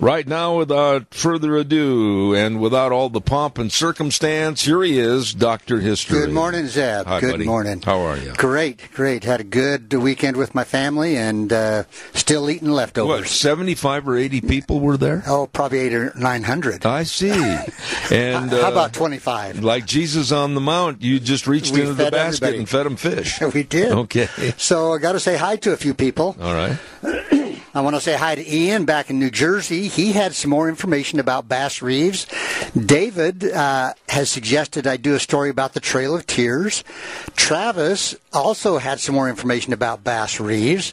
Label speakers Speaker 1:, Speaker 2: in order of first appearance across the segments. Speaker 1: Right now, without further ado and without all the pomp and circumstance, here he is, Dr. History.
Speaker 2: Good morning, Zeb.
Speaker 1: Hi,
Speaker 2: good
Speaker 1: buddy.
Speaker 2: morning.
Speaker 1: How are you?
Speaker 2: Great, great. Had a good weekend with my family and uh, still eating
Speaker 1: What,
Speaker 2: leftovers.
Speaker 1: 75 or 80 people were there?
Speaker 2: Oh, probably eight or nine hundred.
Speaker 1: I see. And
Speaker 2: How
Speaker 1: uh,
Speaker 2: about twenty-five?
Speaker 1: like Jesus on the Mount, you just reached
Speaker 2: We
Speaker 1: into the
Speaker 2: fed
Speaker 1: basket
Speaker 2: everybody.
Speaker 1: and fed them fish.
Speaker 2: We did.
Speaker 1: Okay. Oh,
Speaker 2: So I got to say hi to a few people.
Speaker 1: All right.
Speaker 2: I want to say hi to Ian back in New Jersey. He had some more information about Bass Reeves. David uh, has suggested I do a story about the Trail of Tears. Travis also had some more information about Bass Reeves.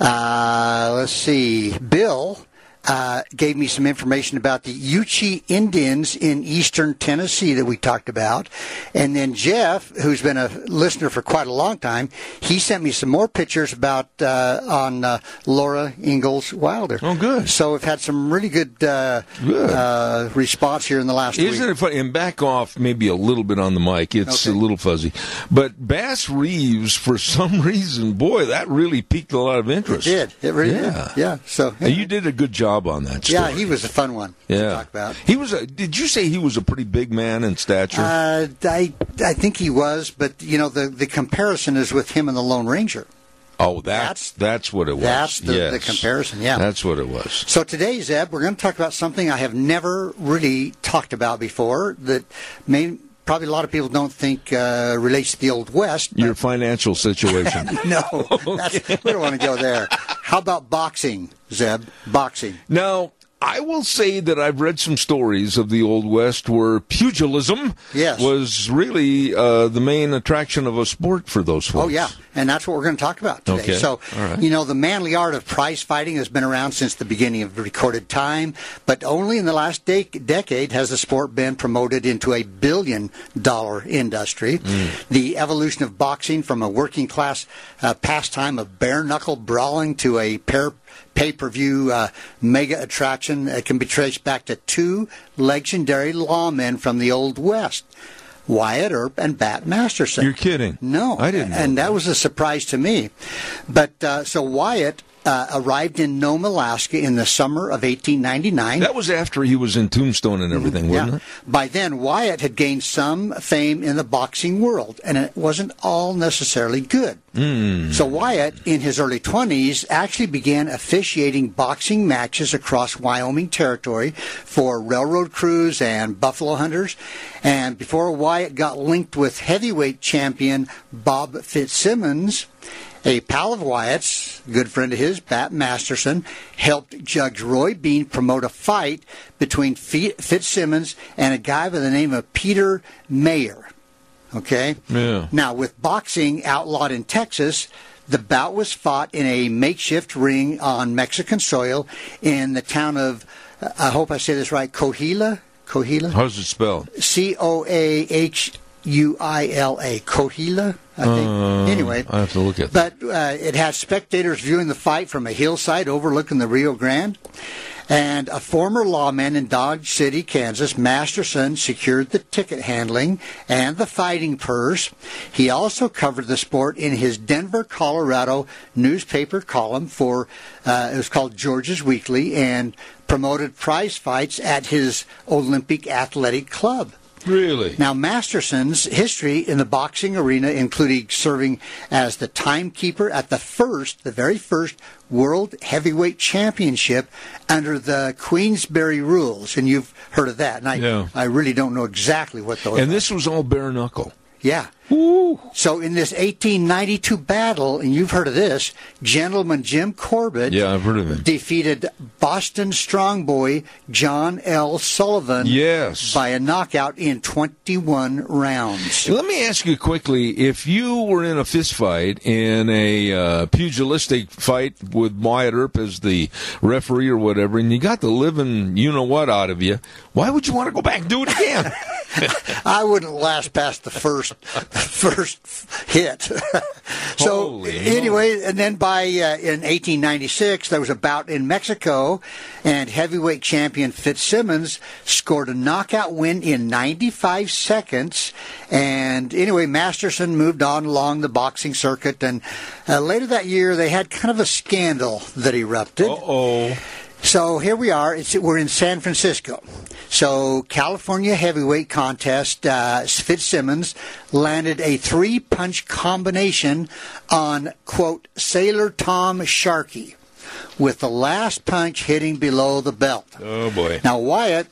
Speaker 2: Uh, let's see. Bill uh, gave me some information about the Yuchi Indians in eastern Tennessee that we talked about. And then Jeff, who's been a listener for quite a long time, he sent me some more pictures about uh, on uh, Laura Ingalls Wilder.
Speaker 1: Oh, good.
Speaker 2: So we've had some really good, uh,
Speaker 1: Good.
Speaker 2: Uh, response here in the last
Speaker 1: Isn't
Speaker 2: week.
Speaker 1: it funny? And back off maybe a little bit on the mic. It's
Speaker 2: Okay.
Speaker 1: a little fuzzy. But Bass Reeves, for some reason, boy, that really piqued a lot of interest.
Speaker 2: did. It really
Speaker 1: Yeah.
Speaker 2: did. Yeah. So,
Speaker 1: And you did a good job on that. Story.
Speaker 2: yeah, he was a fun one to talk about.
Speaker 1: He was a. Did you say he was a pretty big man in stature?
Speaker 2: Uh, I I think he was, but you know the, the comparison is with him and the Lone Ranger.
Speaker 1: oh,
Speaker 2: that's-
Speaker 1: that's that's what it was.
Speaker 2: that's the- the
Speaker 1: Yes.
Speaker 2: comparison, yeah.
Speaker 1: that's what it was.
Speaker 2: So today, Zeb, we're going to talk about something I have never really talked about before that may, probably a lot of people don't think uh, relates to the Old West.
Speaker 1: Your financial situation.
Speaker 2: No, that's, we don't want to go there. How about boxing, Zeb? Boxing.
Speaker 1: now, I will say that I've read some stories of the Old West where pugilism
Speaker 2: Yes.
Speaker 1: was really uh, the main attraction of a sport for those folks.
Speaker 2: Oh yeah, and that's what we're going to talk about today.
Speaker 1: Okay.
Speaker 2: So,
Speaker 1: All right.
Speaker 2: you know, the manly art of prize fighting has been around since the beginning of recorded time, but only in the last de- decade has the sport been promoted into a billion-dollar industry.
Speaker 1: Mm.
Speaker 2: The evolution of boxing from a working-class uh, pastime of bare-knuckle brawling to a pair pay-per-view uh, mega attraction uh, can be traced back to two legendary lawmen from the old west. Wyatt Earp and Bat Masterson.
Speaker 1: You're kidding.
Speaker 2: No,
Speaker 1: I didn't know
Speaker 2: And that was a surprise to me. But uh, so Wyatt uh, arrived in Nome, Alaska, in the summer of 1899.
Speaker 1: That was after he was in Tombstone and everything, wasn't
Speaker 2: Mm-hmm. Yeah.
Speaker 1: it?
Speaker 2: By then, Wyatt had gained some fame in the boxing world, and it wasn't all necessarily good. So Wyatt, in his early 20s, actually began officiating boxing matches across Wyoming territory for railroad crews and buffalo hunters. And before Wyatt got linked with heavyweight champion Bob Fitzsimmons, a pal of Wyatt's, good friend of his, Bat Masterson, helped Judge Roy Bean promote a fight between Fi- Fitzsimmons and a guy by the name of Peter Mayer. Okay?
Speaker 1: Yeah.
Speaker 2: Now, with boxing outlawed in Texas, the bout was fought in a makeshift ring on Mexican soil in the town of, I hope I say this right, Coahuila? Coahuila?
Speaker 1: How's it spelled?
Speaker 2: C O A H U I L A, Coahuila, I think. anyway,
Speaker 1: Uh, I have to look at
Speaker 2: but uh, it had spectators viewing the fight from a hillside overlooking the Rio Grande. And a former lawman in Dodge City, Kansas, Masterson, secured the ticket handling and the fighting purse. He also covered the sport in his Denver, Colorado newspaper column for, uh, it was called George's Weekly, and promoted prize fights at his Olympic Athletic Club.
Speaker 1: Really?
Speaker 2: Now, Masterson's history in the boxing arena, including serving as the timekeeper at the first, the very first World Heavyweight Championship under the Queensberry rules, and you've heard of that. And I,
Speaker 1: Yeah.
Speaker 2: I really don't know exactly what those.
Speaker 1: and this was all bare knuckle.
Speaker 2: yeah.
Speaker 1: Ooh.
Speaker 2: So in this 1892 battle, and you've heard of this, gentleman Jim Corbett.
Speaker 1: Yeah, I've heard of him.
Speaker 2: Defeated Boston Strongboy John L. Sullivan
Speaker 1: Yes.
Speaker 2: by a knockout in 21 rounds.
Speaker 1: Let me ask you quickly: If you were in a fist fight, in a uh, pugilistic fight with Wyatt Earp as the referee or whatever, and you got the living you know what out of you, why would you want to go back and do it again?
Speaker 2: I wouldn't last past the first first hit. so
Speaker 1: Holy
Speaker 2: anyway, and then by uh, in 1896 there was a bout in Mexico, and heavyweight champion Fitzsimmons scored a knockout win in 95 seconds. And anyway, Masterson moved on along the boxing circuit, and uh, later that year they had kind of a scandal that erupted.
Speaker 1: oh.
Speaker 2: So here we are. It's, we're in San Francisco. So California heavyweight contest. Uh, Fitzsimmons landed a three-punch combination on quote Sailor Tom Sharkey, with the last punch hitting below the belt.
Speaker 1: Oh, boy.
Speaker 2: Now Wyatt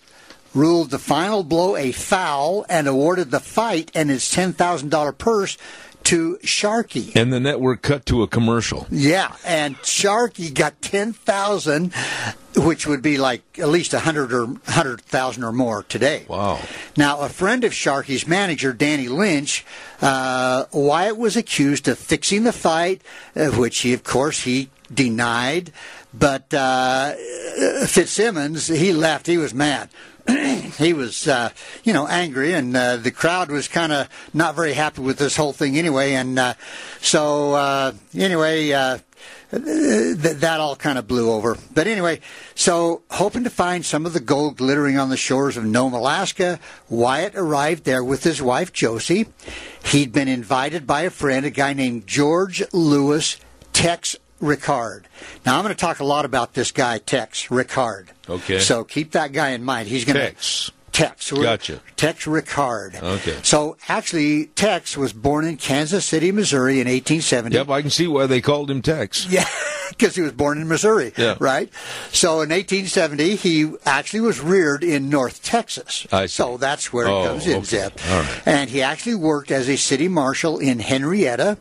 Speaker 2: ruled the final blow a foul and awarded the fight and his ten thousand dollar purse to Sharkey.
Speaker 1: And the network cut to a commercial.
Speaker 2: Yeah, and Sharkey got ten thousand, which would be like at least a hundred or hundred thousand or more today.
Speaker 1: Wow.
Speaker 2: Now, a friend of Sharkey's manager, Danny Lynch, uh, Wyatt was accused of fixing the fight, uh, which he, of course, he denied. But uh, Fitzsimmons, he left. He was mad. he was, uh, you know, angry, and uh, the crowd was kind of not very happy with this whole thing anyway. And uh, so, uh, anyway, uh, th- that all kind of blew over. But anyway, so hoping to find some of the gold glittering on the shores of Nome, Alaska, Wyatt arrived there with his wife Josie. He'd been invited by a friend, a guy named George Lewis Tex Ricard. Now I'm going to talk a lot about this guy Tex Ricard.
Speaker 1: Okay.
Speaker 2: So keep that guy in mind. He's going to
Speaker 1: Tex.
Speaker 2: Tex.
Speaker 1: Gotcha.
Speaker 2: Tex Ricard.
Speaker 1: Okay.
Speaker 2: So actually, Tex was born in Kansas City, Missouri, in 1870.
Speaker 1: Yep, I can see why they called him Tex.
Speaker 2: Yeah, because he was born in Missouri,
Speaker 1: Yeah.
Speaker 2: right? So in 1870, he actually was reared in North Texas.
Speaker 1: I see.
Speaker 2: So that's where
Speaker 1: Oh,
Speaker 2: it comes in,
Speaker 1: okay.
Speaker 2: Zeb.
Speaker 1: All right.
Speaker 2: And he actually worked as a city marshal in Henrietta.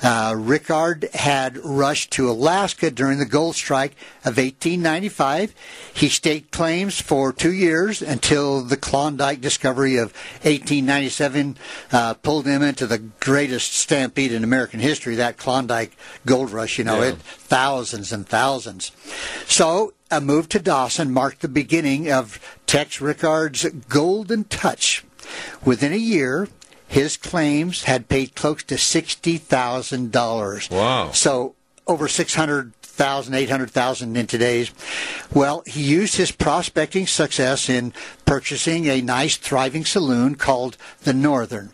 Speaker 2: Uh, Rickard had rushed to Alaska during the gold strike of 1895. He staked claims for two years until the Klondike discovery of 1897 uh, pulled him into the greatest stampede in American history, that Klondike gold rush, you know,
Speaker 1: Yeah.
Speaker 2: it thousands and thousands. So a move to Dawson marked the beginning of Tex Rickard's golden touch. Within a year, his claims had paid close to sixty thousand dollars.
Speaker 1: Wow.
Speaker 2: So over six hundred thousand, eight hundred thousand in today's. Well, he used his prospecting success in purchasing a nice, thriving saloon called the Northern,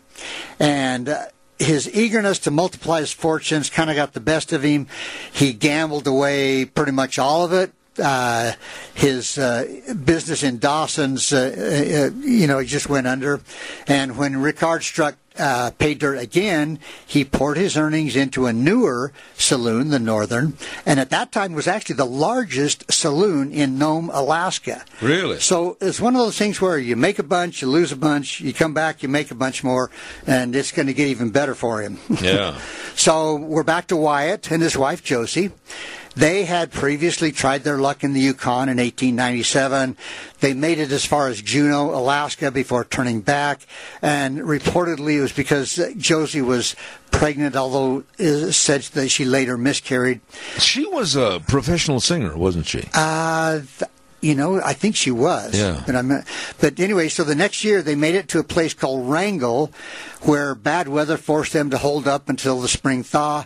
Speaker 2: and. Uh, his eagerness to multiply his fortunes kind of got the best of him. He gambled away pretty much all of it. Uh, his uh, business in Dawson's, uh, uh, you know, he just went under. And when Ricard struck uh, pay dirt again, he poured his earnings into a newer saloon, the Northern, and at that time was actually the largest saloon in Nome, Alaska.
Speaker 1: Really?
Speaker 2: So it's one of those things where you make a bunch, you lose a bunch, you come back, you make a bunch more, and it's going to get even better for him.
Speaker 1: Yeah.
Speaker 2: So we're back to Wyatt and his wife Josie. They had previously tried their luck in the Yukon in 1897. They made it as far as Juneau, Alaska before turning back. And reportedly it was because Josie was pregnant, although it is said that she later miscarried.
Speaker 1: She was a professional singer, wasn't she?
Speaker 2: Uh, th- you know, I think she was.
Speaker 1: Yeah.
Speaker 2: But I'm. not- But anyway, so the next year they made it to a place called Wrangell, where bad weather forced them to hold up until the spring thaw.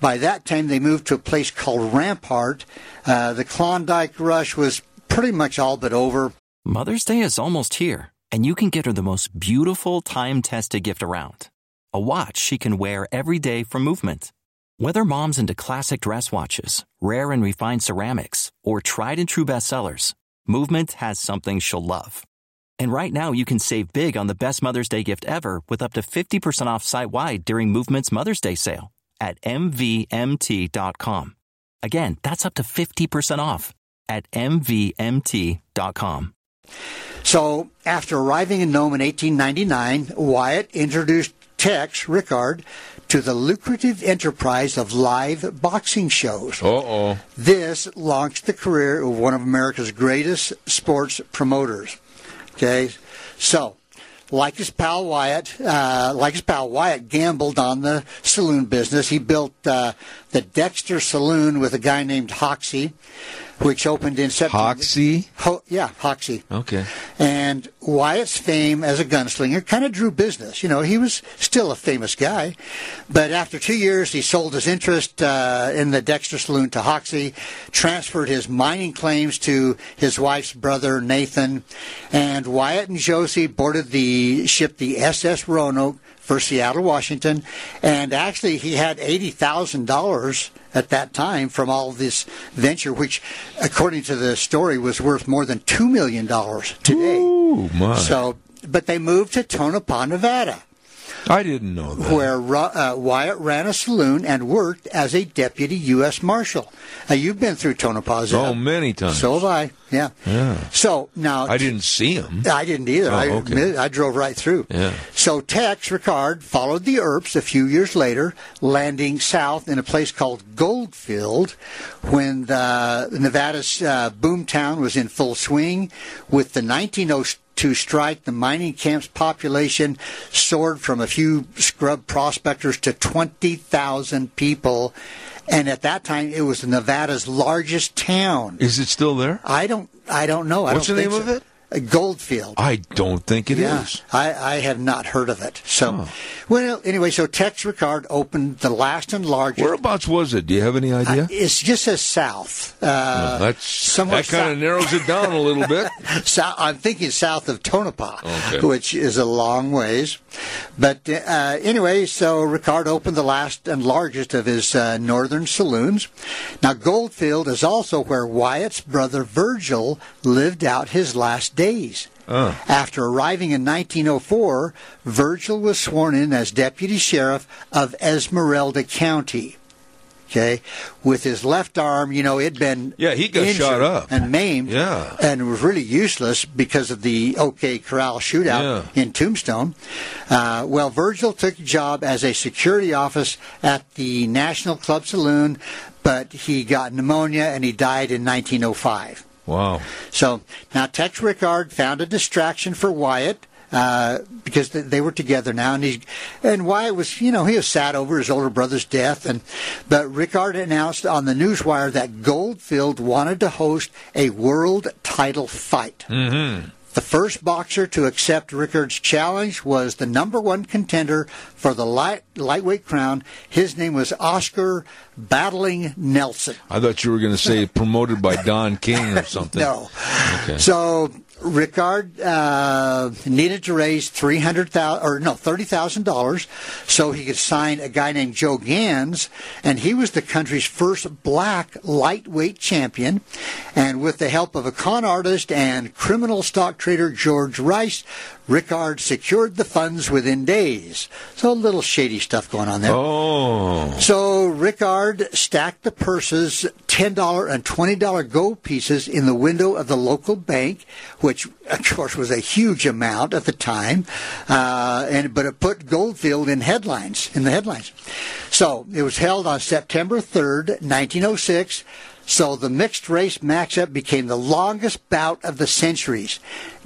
Speaker 2: By that time, they moved to a place called Rampart. Uh, the Klondike Rush was pretty much all but over.
Speaker 3: Mother's Day is almost here, and you can get her the most beautiful time tested gift around a watch she can wear every day from movement. Whether mom's into classic dress watches, rare and refined ceramics, or tried and true bestsellers, Movement has something she'll love. And right now, you can save big on the best Mother's Day gift ever with up to 50% off site wide during Movement's Mother's Day sale at MVMT.com. Again, that's up to 50% off at MVMT.com.
Speaker 2: So after arriving in Nome in 1899, Wyatt introduced Tex Rickard to the lucrative enterprise of live boxing shows.
Speaker 1: Uh oh.
Speaker 2: This launched the career of one of America's greatest sports promoters. Okay, so like his pal Wyatt, uh, like his pal Wyatt gambled on the saloon business. He built uh, the Dexter Saloon with a guy named Hoxie. which opened in September.
Speaker 1: Hoxie. Oh.
Speaker 2: Ho- yeah, Hoxie.
Speaker 1: Okay.
Speaker 2: And Wyatt's fame as a gunslinger kind of drew business. You know, he was still a famous guy. But after two years, he sold his interest uh, in the Dexter Saloon to Hoxie, transferred his mining claims to his wife's brother, Nathan. And Wyatt and Josie boarded the ship, the SS Roanoke, for Seattle, Washington, and actually he had eighty thousand dollars at that time from all this venture, which, according to the story, was worth more than two million dollars today.
Speaker 1: Ooh, my.
Speaker 2: So, but they moved to Tonopah, Nevada,
Speaker 1: I didn't know that.
Speaker 2: where Ru- uh, Wyatt ran a saloon and worked as a deputy U.S. Marshal. Now, you've been through Tonopah, Zeb.
Speaker 1: oh, many times.
Speaker 2: so have I. Yeah. So now
Speaker 1: I didn't see him.
Speaker 2: I didn't either.
Speaker 1: Oh,
Speaker 2: I,
Speaker 1: okay.
Speaker 2: admit- I drove right through.
Speaker 1: Yeah.
Speaker 2: So Tex Ricard followed the Earps a few years later, landing south in a place called Goldfield when the, Nevada's uh, boomtown was in full swing. With the 1902 strike, the mining camp's population soared from a few scrub prospectors to 20,000 people. And at that time, it was Nevada's largest town.
Speaker 1: Is it still there?
Speaker 2: I don't. I don't know. I
Speaker 1: What's
Speaker 2: don't
Speaker 1: the
Speaker 2: think
Speaker 1: name
Speaker 2: so.
Speaker 1: of it?
Speaker 2: Uh, Goldfield.
Speaker 1: I don't think it is.
Speaker 2: yeah, I, I have not heard of it. So, well, anyway, so Tex Ricard opened the last and largest. uh,
Speaker 1: Whereabouts was it? Do you have any idea?
Speaker 2: It's just as south. Uh,
Speaker 1: That's
Speaker 2: somewhere
Speaker 1: that kind
Speaker 2: south-
Speaker 1: of narrows it down a little bit.
Speaker 2: South, I'm thinking south of Tonopah,
Speaker 1: Okay.
Speaker 2: which is a long ways. But uh, anyway, so Ricard opened the last and largest of his uh, northern saloons. Now, Goldfield is also where Wyatt's brother Virgil lived out his last days.
Speaker 1: Uh.
Speaker 2: After arriving in 1904, Virgil was sworn in as deputy sheriff of Esmeralda County. Okay, with his left arm, you know, it'd been
Speaker 1: Yeah, he got
Speaker 2: injured
Speaker 1: shot up.
Speaker 2: and maimed,
Speaker 1: Yeah.
Speaker 2: and was really useless because of the OK Corral shootout
Speaker 1: Yeah.
Speaker 2: in Tombstone. Uh, well, Virgil took a job as a security office at the National Club Saloon, but he got pneumonia and he died in 1905.
Speaker 1: Wow.
Speaker 2: So now Tex Rickard found a distraction for Wyatt. Uh, because th- they were together now, and he and Wyatt was, you know, he was sad over his older brother's death, and but Rickard announced on the newswire that Goldfield wanted to host a world title fight. The first boxer to accept Rickard's challenge was the number one contender for the light, lightweight crown. His name was Oscar Battling Nelson.
Speaker 1: I thought you were going to say promoted by Don King or something.
Speaker 2: No. So Rickard uh, needed to raise three hundred thousand or no thirty thousand dollars, so he could sign a guy named Joe Gans, and he was the country's first black lightweight champion. And with the help of a con artist and criminal stock trader George Rice, Rickard secured the funds within days. So a little shady stuff going on there.
Speaker 1: Oh.
Speaker 2: So Rickard stacked the purses, $10 and $20 gold pieces in the window of the local bank, which of course was a huge amount at the time. Uh, and, but it put Goldfield in headlines, in the headlines. So it was held on September 3rd, 1906. So the mixed race matchup became the longest bout of the centuries.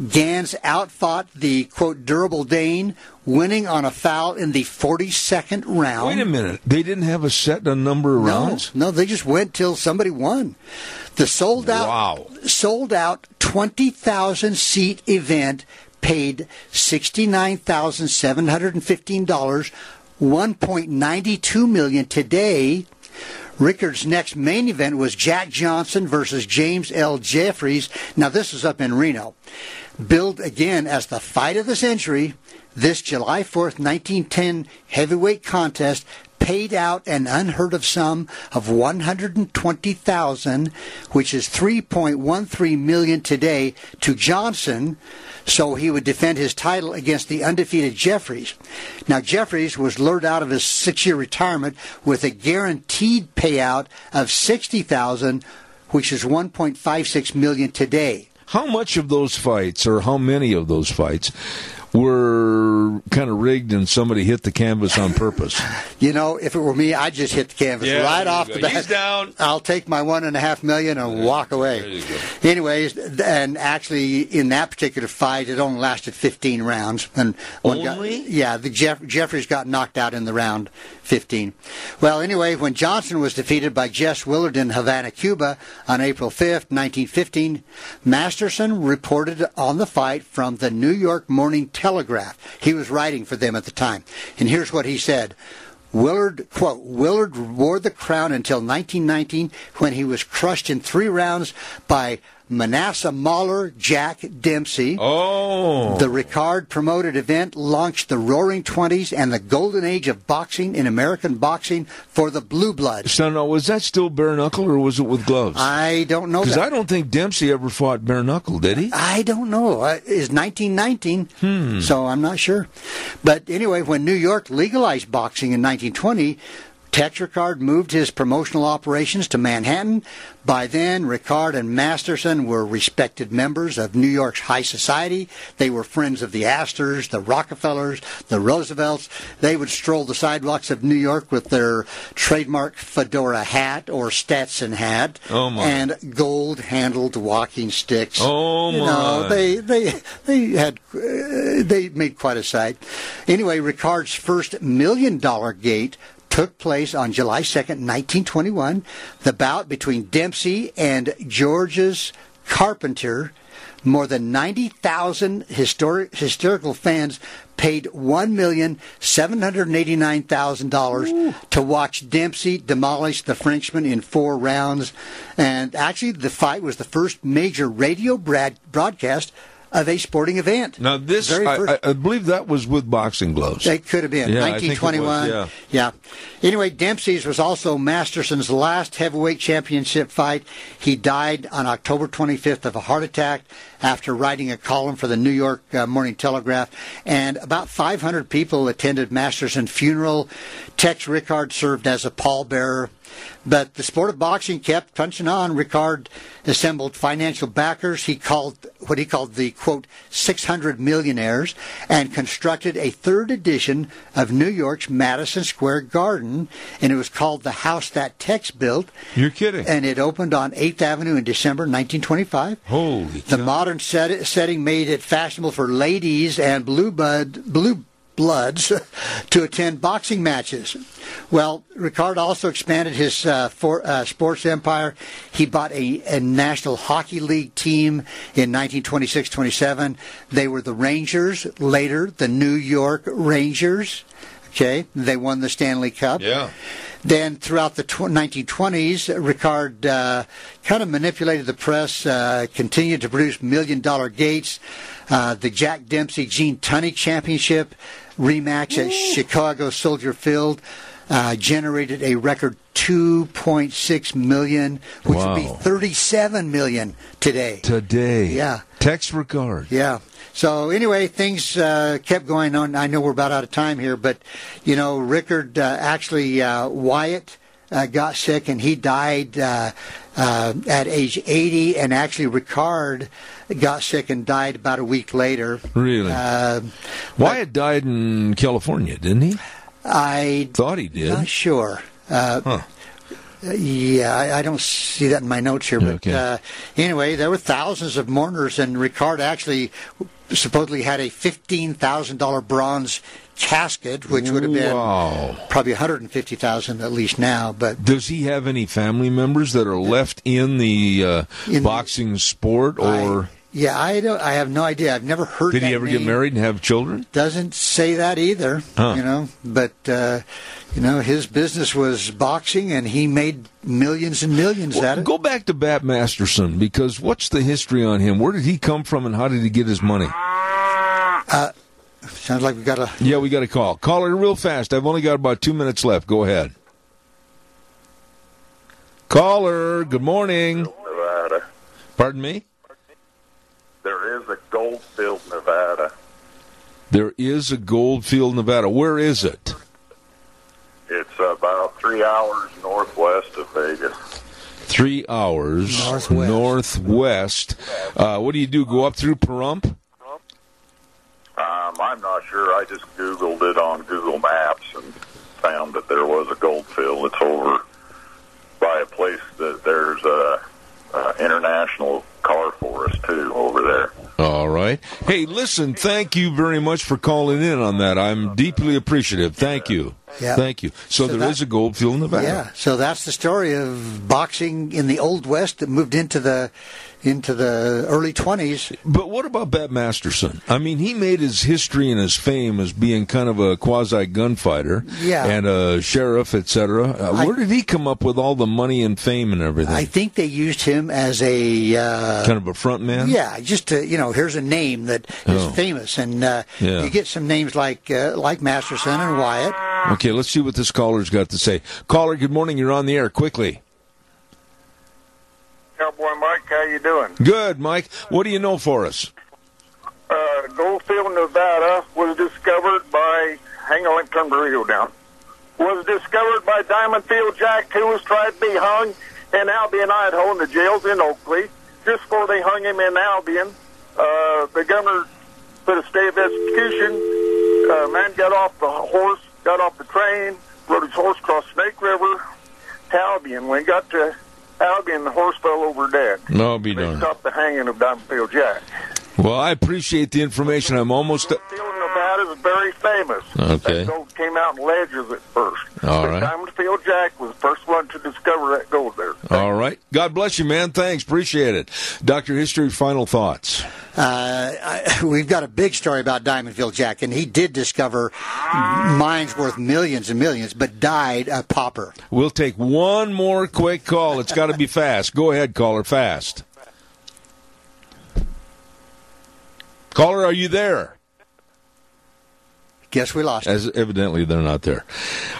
Speaker 2: Gans outfought the quote durable Dane, winning on a foul in the 42nd round.
Speaker 1: Wait a minute. They didn't have a set a number of
Speaker 2: No,
Speaker 1: rounds.
Speaker 2: no, they just went till somebody won. The sold out,
Speaker 1: Wow.
Speaker 2: sold out twenty thousand seat event paid sixty nine thousand seven hundred and fifteen dollars, one point ninety two million today. Rickard's next main event was Jack Johnson versus James L. Jeffries. Now this is up in Reno. Billed again as the fight of the century, this July 4th, 1910 heavyweight contest paid out an unheard of sum of 120,000, which is 3.13 million today to Johnson, so he would defend his title against the undefeated Jeffries. Now Jeffries was lured out of his 6-year retirement with a guaranteed payout of 60,000, which is 1.56 million today.
Speaker 1: How much of those fights, or how many of those fights, were kind of rigged and somebody hit the canvas on purpose?
Speaker 2: You know, if it were me, I'd just hit the canvas
Speaker 1: Yeah, there
Speaker 2: right
Speaker 1: you
Speaker 2: off
Speaker 1: go.
Speaker 2: the bat.
Speaker 1: He's down.
Speaker 2: I'll take my one and a half million and walk away.
Speaker 1: there you
Speaker 2: Anyways, th- and actually, in that particular fight, it only lasted 15 rounds. And one guy-
Speaker 1: Only?
Speaker 2: yeah, the Jeff- Jeffries got knocked out in the round 15. Well, anyway, when Johnson was defeated by Jess Willard in Havana, Cuba, on April 5th, 1915, Masterson reported on the fight from the New York Morning Telegraph. He was writing for them at the time, and here's what he said. Willard, quote, Willard wore the crown until 1919 when he was crushed in three rounds by Manasseh Mahler, Jack Dempsey.
Speaker 1: Oh,
Speaker 2: The Ricard promoted event launched the Roaring Twenties and the golden age of boxing in American boxing for the Blue Bloods.
Speaker 1: so now was that still bare knuckle or was it with gloves?
Speaker 2: I don't know.
Speaker 1: Because
Speaker 2: That.
Speaker 1: I don't think Dempsey ever fought bare knuckle, did he?
Speaker 2: I don't know. Uh, It's 1919,
Speaker 1: Hmm.
Speaker 2: so I'm not sure. But anyway, when New York legalized boxing in 1920, Tetracard moved his promotional operations to Manhattan. By then, Ricard and Masterson were respected members of New York's high society. They were friends of the Astors, the Rockefellers, the Roosevelts. They would stroll the sidewalks of New York with their trademark fedora hat or Stetson hat
Speaker 1: Oh, my.
Speaker 2: and gold-handled walking sticks.
Speaker 1: Oh,
Speaker 2: You know,
Speaker 1: my.
Speaker 2: they they they had uh, they made quite a sight. Anyway, Ricard's first million dollar gate took place on July second, nineteen twenty one. The bout between Dempsey and George's Carpenter. More than ninety thousand historic hysterical fans paid one million seven hundred eighty nine thousand dollars to watch Dempsey demolish the Frenchman in four rounds. And actually, the fight was the first major radio brad- broadcast of a sporting event.
Speaker 1: Now this,
Speaker 2: Very
Speaker 1: I,
Speaker 2: first-
Speaker 1: I, I believe that was with boxing gloves.
Speaker 2: they could have been
Speaker 1: Yeah, I think it was,
Speaker 2: 1921.
Speaker 1: yeah.
Speaker 2: yeah. Anyway, Dempsey's was also Masterson's last heavyweight championship fight. He died on October 25th of a heart attack after writing a column for the New York uh, Morning Telegraph. And about 500 people attended Masterson's funeral. Tex Rickard served as a pallbearer. But the sport of boxing kept punching on. Ricard assembled financial backers. He called what he called the quote 600 millionaires and constructed a third edition of New York's Madison Square Garden, and it was called the House That Tex Built.
Speaker 1: You're kidding.
Speaker 2: And it opened on 8th Avenue in December 1925.
Speaker 1: Holy
Speaker 2: The
Speaker 1: cow.
Speaker 2: modern set, setting made it fashionable for ladies and blue bud, blue bloods to attend boxing matches. Well, Ricard also expanded his uh, for, uh, sports empire. He bought a, a National Hockey League team in 1926-27. They were the Rangers, later the New York Rangers. Okay, they won the Stanley Cup.
Speaker 1: Yeah.
Speaker 2: Then throughout the tw- 1920s, Ricard uh, kind of manipulated the press, uh, continued to produce million dollar gates. Uh, the Jack Dempsey Gene Tunney Championship rematch at Chicago Soldier Field uh, generated a record 2.6 million, which would be
Speaker 1: Wow.
Speaker 2: 37 million today.
Speaker 1: Today.
Speaker 2: Yeah.
Speaker 1: Text regard.
Speaker 2: Yeah. So anyway, things uh, kept going on. I know we're about out of time here, but you know, Rickard uh, actually uh, Wyatt uh, got sick and he died uh, uh, at age 80, and actually Ricard got sick and died about a week later.
Speaker 1: Really?
Speaker 2: Uh,
Speaker 1: Wyatt died in California, didn't he?
Speaker 2: I
Speaker 1: Thought he did.
Speaker 2: not sure. Uh,
Speaker 1: Huh.
Speaker 2: Yeah, I, I don't see that in my notes here. But
Speaker 1: Okay.
Speaker 2: uh, anyway, there were thousands of mourners, and Ricard actually supposedly had a fifteen thousand dollar bronze casket, which would have been
Speaker 1: Wow.
Speaker 2: probably one hundred and fifty thousand at least now. But
Speaker 1: Does he have any family members that are left in the uh,
Speaker 2: In-
Speaker 1: boxing sport,
Speaker 2: I-
Speaker 1: or
Speaker 2: yeah, I don't. I have no idea. I've never heard.
Speaker 1: did he
Speaker 2: that
Speaker 1: ever get
Speaker 2: name.
Speaker 1: married and have children?
Speaker 2: Doesn't say that either.
Speaker 1: Huh.
Speaker 2: You know, but uh, you know, his business was boxing, and he made millions and millions at it.
Speaker 1: Go back to Bat Masterson because what's the history on him? Where did he come from, and how did he get his money?
Speaker 2: Sounds like we got a.
Speaker 1: Yeah, we got a call. Call it real fast. I've only got about two minutes left. Go ahead. Caller, good morning.
Speaker 4: Nevada.
Speaker 1: Pardon me?
Speaker 4: There is a Goldfield, Nevada.
Speaker 1: There is a Goldfield, Nevada. Where is it?
Speaker 4: It's about three hours northwest of Vegas.
Speaker 1: Three hours
Speaker 2: Northwest.
Speaker 1: northwest. Uh, what do you do? Go up through Pahrump?
Speaker 4: Um, Um, I'm not sure. I just Googled it on Google Maps and found that there was a goldfield. It's over by a place that there's a, a international car forest too over there.
Speaker 1: All right. Hey, listen, thank you very much for calling in on that. I'm deeply appreciative. Thank you.
Speaker 2: Yeah.
Speaker 1: Thank you. So,
Speaker 2: So
Speaker 1: there is
Speaker 2: that-
Speaker 1: a gold field in the back.
Speaker 2: Yeah, so that's the story of boxing in the old west that moved into the into the early twenties.
Speaker 1: But what about Bat Masterson? I mean, he made his history and his fame as being kind of a quasi gunfighter
Speaker 2: Yeah.
Speaker 1: and a sheriff, etc. Uh,
Speaker 2: I-
Speaker 1: where did he come up with all the money and fame and everything?
Speaker 2: I think they used him as a uh,
Speaker 1: kind of a front man?
Speaker 2: yeah, just to, you know, here's a name that is
Speaker 1: Oh.
Speaker 2: famous, and uh,
Speaker 1: Yeah.
Speaker 2: you get some names like uh, like Masterson and Wyatt.
Speaker 1: Okay, let's see what this caller's got to say. Caller, good morning. You're on the air quickly.
Speaker 4: Cowboy Mike, how you doing?
Speaker 1: Good, Mike. What do you know for us?
Speaker 4: Uh, Goldfield, Nevada was discovered by, hang on, let me turn the radio down. Was discovered by Diamond Field Jack, who was tried to be hung in Albion, Idaho, in the jails in Oakley. Just before they hung him in Albion, uh, the governor put a stay of execution. Uh, man got off the horse, got off the train, rode his horse across Snake River to Albion. When he got to Albion, the horse fell over dead.
Speaker 1: No, I'll be
Speaker 4: They
Speaker 1: darned.
Speaker 4: stopped the hanging of Diamond Field Jack.
Speaker 1: Well, I appreciate the information. I'm almost.
Speaker 4: Field, Nevada is very famous.
Speaker 1: Okay.
Speaker 4: That gold came out in ledges at first.
Speaker 1: All
Speaker 4: But
Speaker 1: right.
Speaker 4: Diamond Field Jack was the first one to discover that gold there.
Speaker 1: All right. God bless you, man. Thanks. Appreciate it. Dr. History, final thoughts.
Speaker 2: Uh, I, we've got a big story about Diamond Phil Jack, and he did discover mines worth millions and millions, but died a pauper.
Speaker 1: We'll take one more quick call. It's got to be fast. Go ahead, caller, fast. Caller, are you there?
Speaker 2: Guess we lost. him.
Speaker 1: As evidently they're not there.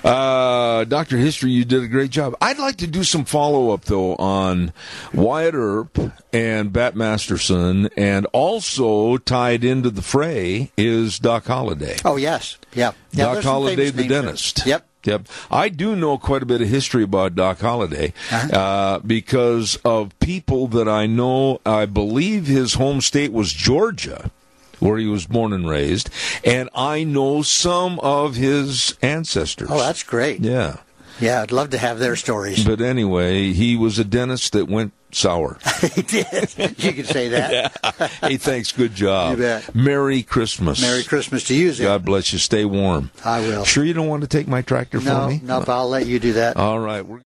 Speaker 1: Uh, Doctor History, you did a great job. I'd like to do some follow up though on Wyatt Earp and Bat Masterson, and also tied into the fray is Doc Holliday.
Speaker 2: Oh yes, yeah. yeah
Speaker 1: Doc
Speaker 2: there's some famous
Speaker 1: Holliday, the
Speaker 2: names there.
Speaker 1: dentist.
Speaker 2: Yep.
Speaker 1: Yep. I do know quite a bit of history about Doc Holliday
Speaker 2: Uh-huh.
Speaker 1: uh, because of people that I know. I believe his home state was Georgia, where he was born and raised, and I know some of his ancestors.
Speaker 2: Oh, that's great. Yeah.
Speaker 1: yeah.
Speaker 2: I'd love to have their stories.
Speaker 1: But anyway, he was a dentist that went sour.
Speaker 2: he did. You could say that.
Speaker 1: hey, thanks. Good job.
Speaker 2: You bet.
Speaker 1: Merry Christmas.
Speaker 2: Merry Christmas to you, Zip.
Speaker 1: God bless you. Stay warm.
Speaker 2: I will.
Speaker 1: Sure, you don't want to take my tractor
Speaker 2: no,
Speaker 1: for me?
Speaker 2: no, but I'll let you do that.
Speaker 1: All right. We're-